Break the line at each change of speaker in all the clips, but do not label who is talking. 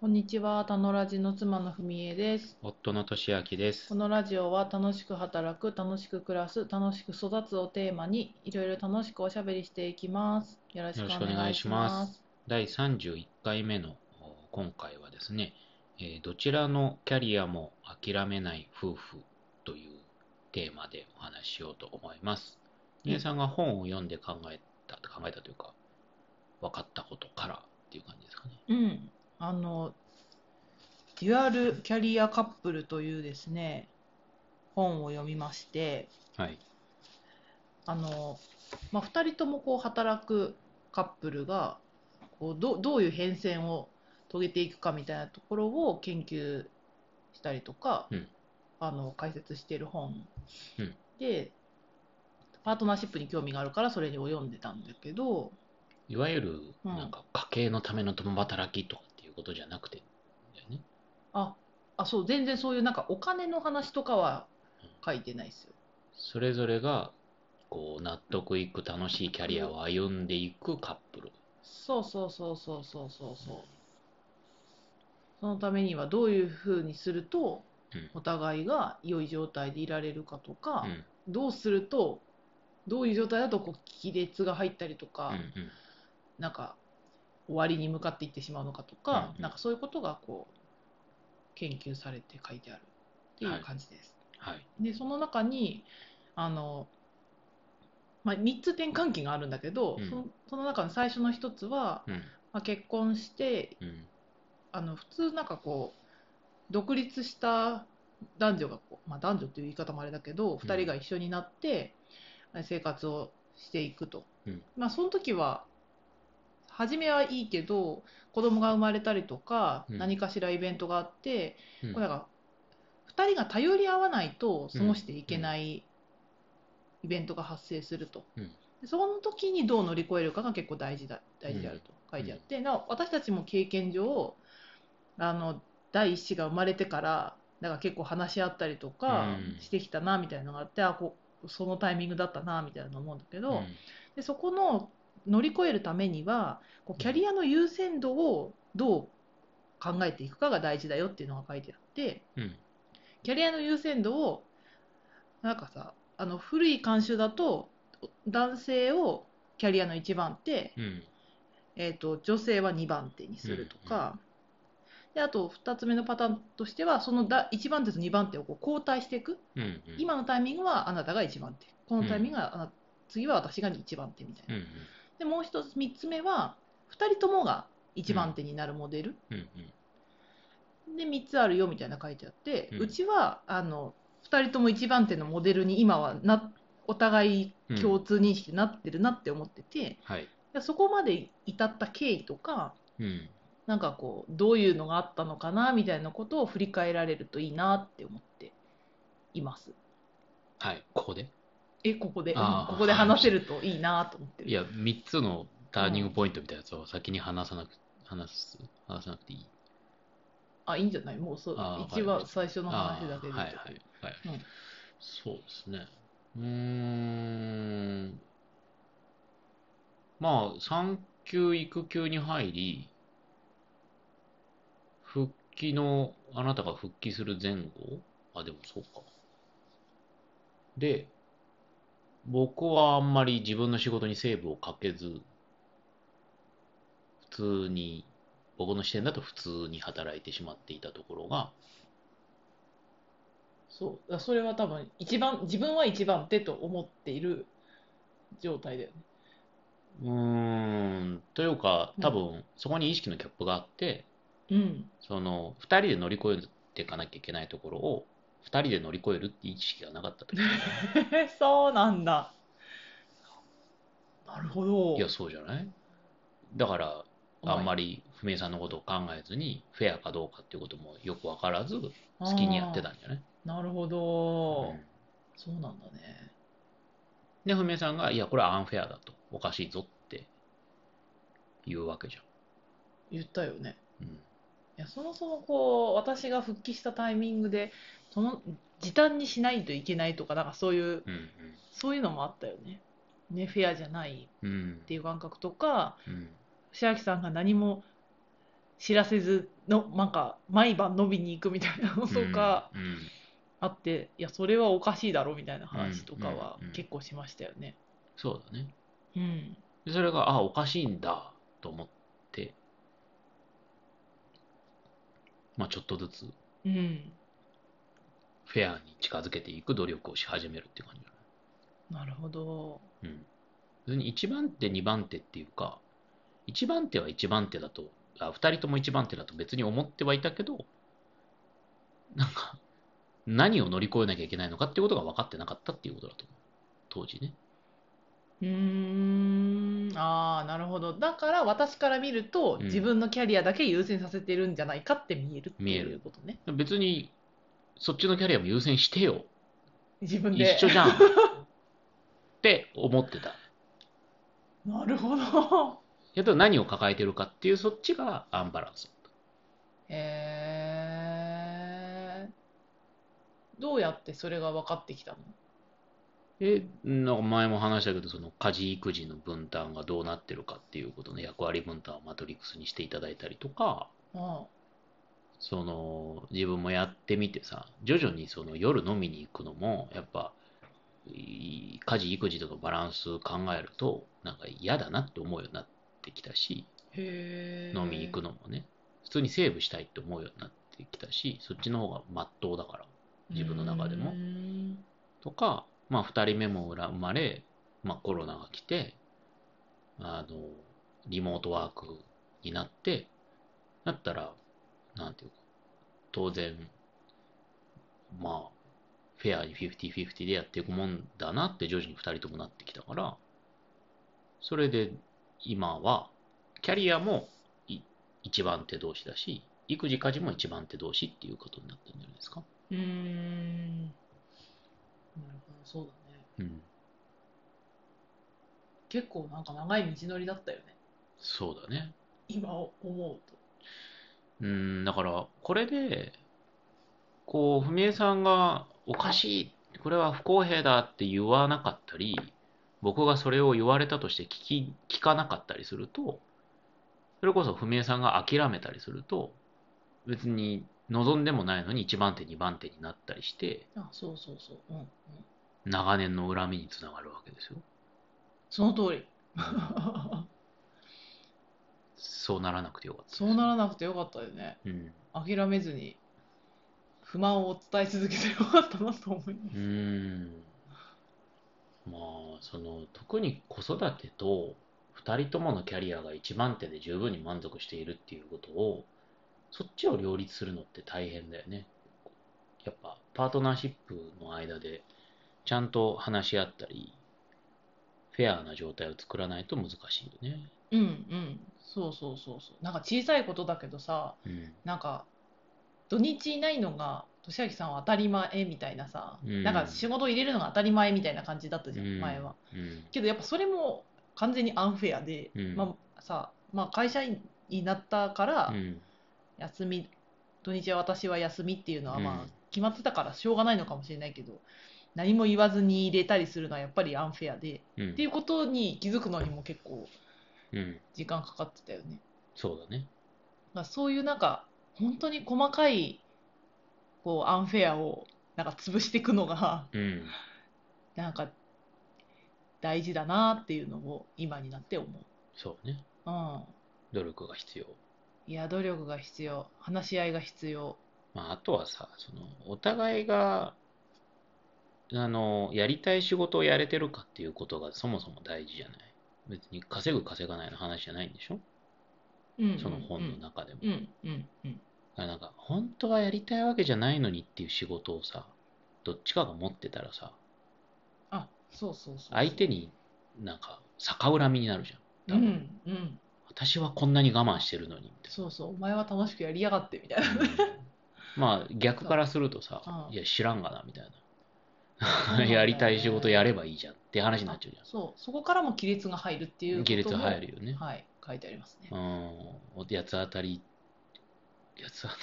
こんにちは、たのラジの妻のふみえです。
夫の俊明です
こ。のラジオは楽しく働く、楽しく暮らす、楽しく育つをテーマにいろいろ楽しくおしゃべりしていきます。よろしくお願いします。
第31回目のお今回はですね、えーどちらのキャリアも諦めない夫婦というテーマでお話ししようと思います。
うん
皆さんが本を読んで考えた、考えたというか、分かったことからっていう感じですかね。
うん、あの、デュアルキャリアカップルというですね、本を読みまして、
はい。
あの、まあ、2人ともこう働くカップルがこうどどういう変遷を遂げていくかみたいなところを研究したりとか、
うん
あの解説している本、
うん
でパートナーシップに興味があるからそれを読んでたんだけど
いわゆる、
うん
なんか家計のための共働きとかっていうことじゃなくて、だよね。
ああそう全然そういうなんかお金の話とかは書いてないですよ。
それぞれがこう納得いく楽しいキャリアを歩んでいくカップル。
そうそうそうそうそうそうそう。そのためにはどういうふうにすると
うん
お互いが良い状態でいられるかとか
う、ん
どうするとどういう状態だとこう亀裂が入ったりとか、
うんうん
なんか終わりに向かっていってしまうのかとか、
うんうん
なんかそういうことがこう研究されて書いてあるっていう感じです。
はい。
でその中にあの、まあ、3つ転換期があるんだけど、
うん
そのその中の最初の1つは、
うん
まあ、結婚して
うん
あの普通なんかこう独立した男女がこう、まあ、男女という言い方もあれだけど、二人が一緒になってえ生活をしていくと、
うん
まあその時は初めはいいけど子供が生まれたりとか、
うん
何かしらイベントがあって、
うん
これが2人が頼り合わないと過ごしていけないイベントが発生すると、
うん
でその時にどう乗り越えるかが結構大事だ大事であると書いてあって、なお私たちも経験上あの第一子が生まれてからなんか結構話し合ったりとか
うん
してきたなみたいなのがあって、あこそのタイミングだったなみたいなの思うんだけど、
うん
でそこの乗り越えるためにはこうキャリアの優先度をどう考えていくかが大事だよっていうのが書いてあって
うん
キャリアの優先度をなんかさあの古い慣習だと男性をキャリアの1番手、
うん
えー、と女性は2番手にするとか、であと2つ目のパターンとしてはそのだ1番手と2番手をこう交代していく
うんうん
今のタイミングはあなたが1番手このタイミングはあな、次は私が1番手みたいな。
うんうん
でもう一つ3つ目は2人ともが1番手になるモデル、
うんうん
で3つあるよみたいな書いてあって、う
うん
ちはあの2人とも1番手のモデルに今はなお互い
うん
共通認識になってるなって思ってて、
はい。
でそこまで至った経緯とか
うん
なんかこうどういうのがあったのかなみたいなことを振り返られるといいなって思っています。
はい。ここで
えここで
あー
ここで話せるといいなと思ってる。
いや、3つのターニングポイントみたいなやつを先に話さなく話す話さなくていい。
あいいんじゃないもうそう
あー
一
わかり
番
ました
最初の話だけで
あーはいはいはい。
うん
そうですね。うーん。まあ、産休、育休に入り、復帰の、あなたが復帰する前後あ、でもそうか。で、僕はあんまり自分の仕事にセーブをかけず、普通に、僕の視点だと普通に働いてしまっていたところが、
そうだそれは多分一番自分は一番手と思っている状態だよね。
うーん、というか、多分そこに意識のギャップがあって、
うん、
その2人で乗り越えていかなきゃいけないところを、2人で乗り越えるっていう意識がなかったと
そうなんだ。なるほど。
いや、そうじゃないだから、あんまり不明さんのことを考えずに、フェアかどうかっていうこともよく分からず、好きにやってた
あ
んじゃない
ー。なるほ
う
ど、
ん
そうなんだね。
で、不明さんが、いや、これはアンフェアだと、おかしいぞって言うわけじ
言ったよね。
ゃん。うん
いやそもそもこう私が復帰したタイミングでその時短にしないといけないとかなんかそういう
うん
そういうのもあったよね。ねフェアじゃない
うんう
っ
ん
ていう感覚とか
うん
千秋さんが何も知らせずのなんか毎晩飲みに行くみたいなのとか
うんうん
あって、いやそれはおかしいだろみたいな話とかは
うんうんうん
結構しましたよね。
そうだね
うん、
でそれがあおかしいんだと思ってまあちょっとずつ
うん、
フェアに近づけていく努力をし始めるっていう感じだね
なるほど。
うん別に1番手2番手っていうか1番手は1番手だとあ2人とも1番手だと別に思ってはいたけどなんか何を乗り越えなきゃいけないのかっていうことが分かってなかったっていうことだと思う当時ね
うーん、ああ、なるほど。だから私から見ると、
うん
自分のキャリアだけ優先させてるんじゃないかって見えるって
見え
いう
る
ことね。
別にそっちのキャリアも優先してよ
自分
一
で。
緒じゃんって思ってた
なるほど。
やっぱり何を抱えてるかっていうそっちがアンバランスだっ
へえ。どうやってそれが分かってきたの
たえなんか前も話したけどその家事育児の分担がどうなってるかっていうことの役割分担をマトリックスにしていただいたりとか
あ
その自分もやってみてさ徐々にその夜飲みに行くのもやっぱい家事育児とのバランス考えるとなんか嫌だなって思うようになってきたし
へえ。
飲みに行くのもね普通にセーブしたいって思うようになってきたしそっちの方がまっとうだから自分の中でも
うーん
とか、まあ、2人目も生まれ、まあ、コロナが来てあのリモートワークになってだったらなんていうか当然まあフェアに50-50でやっていくもんだなって徐々に2人ともなってきたからそれで今はキャリアもい一番手同士だし育児家事も一番手同士っていうことになってるんじゃないですか。
うーん。なるほど、そうだね。
うん
結構なんか長い道のりだったよね。
そうだね。
今思うと。
うん、だから、これで、こう、文江さんが、おかしい、これは不公平だって言わなかったり、僕がそれを言われたとして聞き、聞かなかったりすると、それこそ文江さんが諦めたりすると、別に望んでもないのに1番手、2番手になったりして、
あ、そうそうそう。うんうん。
長年の恨みにつながるわけですよ。
その通り。
そうならなくてよかった。
そうならなくてよかったよね。
うん。
諦めずに不満を伝え続けてよかったなと思います。
うーんまあその特に子育てと2人とものキャリアが一番手で十分に満足しているっていうことをそっちを両立するのって大変だよねやっぱパートナーシップの間でちゃんと話し合ったりフェアな状態を作らないと難しいよね
うんうん。そうそうそうそう。なんか小さいことだけどさ、
うん
なんか土日いないのが俊明さんは当たり前みたいなさ、
うん
なんか仕事入れるのが当たり前みたいな感じだったじゃん、
うん
前は。
うん
けどやっぱそれも完全にアンフェアで、
うん
まあさ、まあ会社員になったから、
うん
休み土日は私は休みっていうのはま
うん
あ決まってたからしょうがないのかもしれないけど、何も言わずに入れたりするのはやっぱりアンフェアで、
うん
っていうことに気づくのにも結構
うん
時間かかってたよね。
そうだね
まあ、そういうなんか本当に細かいこうアンフェアをなんか潰していくのが
うん
なんか大事だなっていうのを今になって思
そうね
う。うん
努力が必要
いや努力が必要話し合いが必要
まあ、あとはさ、そのお互いがあのやりたい仕事をやれてるかっていうことがそもそも大事じゃない。別に稼ぐ稼がないの話じゃないんでしょその本の中でも。
うんうんうんうん
だからなんか本当はやりたいわけじゃないのにっていう仕事をさ、どっちかが持ってたらさ、
あそうそうそう
相手になんか逆恨みになるじゃ。
うんん
多
う
分
ん
私はこんなに我慢してるのにみたいな。
そうそうお前は楽しくやりやがってみたいな
まあ逆からするとさ
う、ん
いや知らんがなみたい
そうなんだ
な。
よね
やりたい仕事やればいいじゃんって話になっちゃうじゃ。
そうそこからも亀裂が入るっていうんこと
亀
も
裂入るよね。
はい書いてありますね
うん、お八つ当たり、八つ当た
い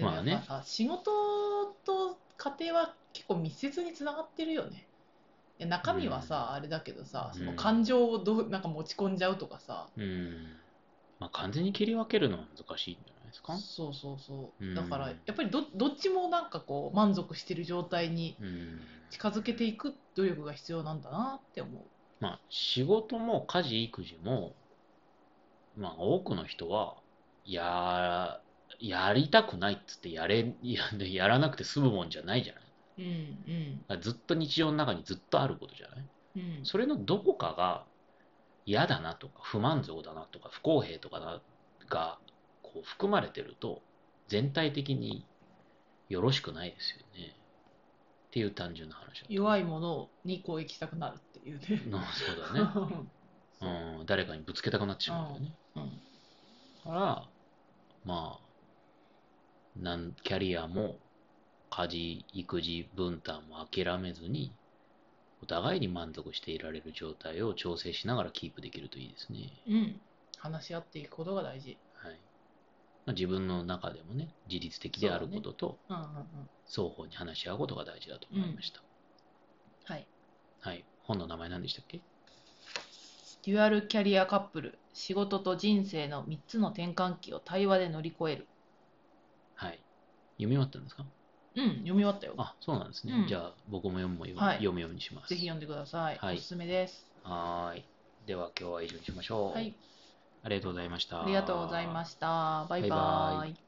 やでもやっぱ
まあ
さ
ね
仕事と家庭は結構密接につながってるよねいや中身はさ、あれだけどさその感情をどうなんか持ち込んじゃうとかさ、
り。うん。まあ、完全に切り分けるのは難しいんじゃないですか。
そうそうそううんだからやっぱりどどっちもなんかこう満足してる状態に
うん。
近づけていく努力が必要なんだなって思う
まあ、仕事も家事、育児も、まあ、多くの人は、や、やりたくないっつってやれ、や、やらなくて済むもんじゃないじゃない。
うんうん
だからずっと日常の中にずっとあることじゃない。
うん
それのどこかが嫌だなとか不満足だなとか不公平とかながこう含まれてると全体的によろしくないですよねっていう単純な話だと
弱いものに攻撃したくなるっていうね
なそう だね、うん、誰かにぶつけたくなってしまうんだよね
うん
だからまあなんキャリアも家事育児分担も諦めずにお互いに満足していられる状態を調整しながらキープできるといいですね。
うん話し合っていくことが大事
はいまあ、自分の中でもね自律的であることと、
うんうんうん
双方に話し合うことが大事だと思いました、
はい
はい本の名前何でしたっけ
デュアルキャリアカップル仕事と人生の3つの転換期を対話で乗り越える
はい読み終わったんですか
うん読み終わったよ
あそうなんですね、
うん
じゃあ僕も読む,、
はい
読むようにします
ぜひ読んでください、
はい
おすすめです
はーいでは今日は以上にしましょう、
はい
ありがとうございました
ありがとうございましたバイバ
バイ
バイバ
バ
イ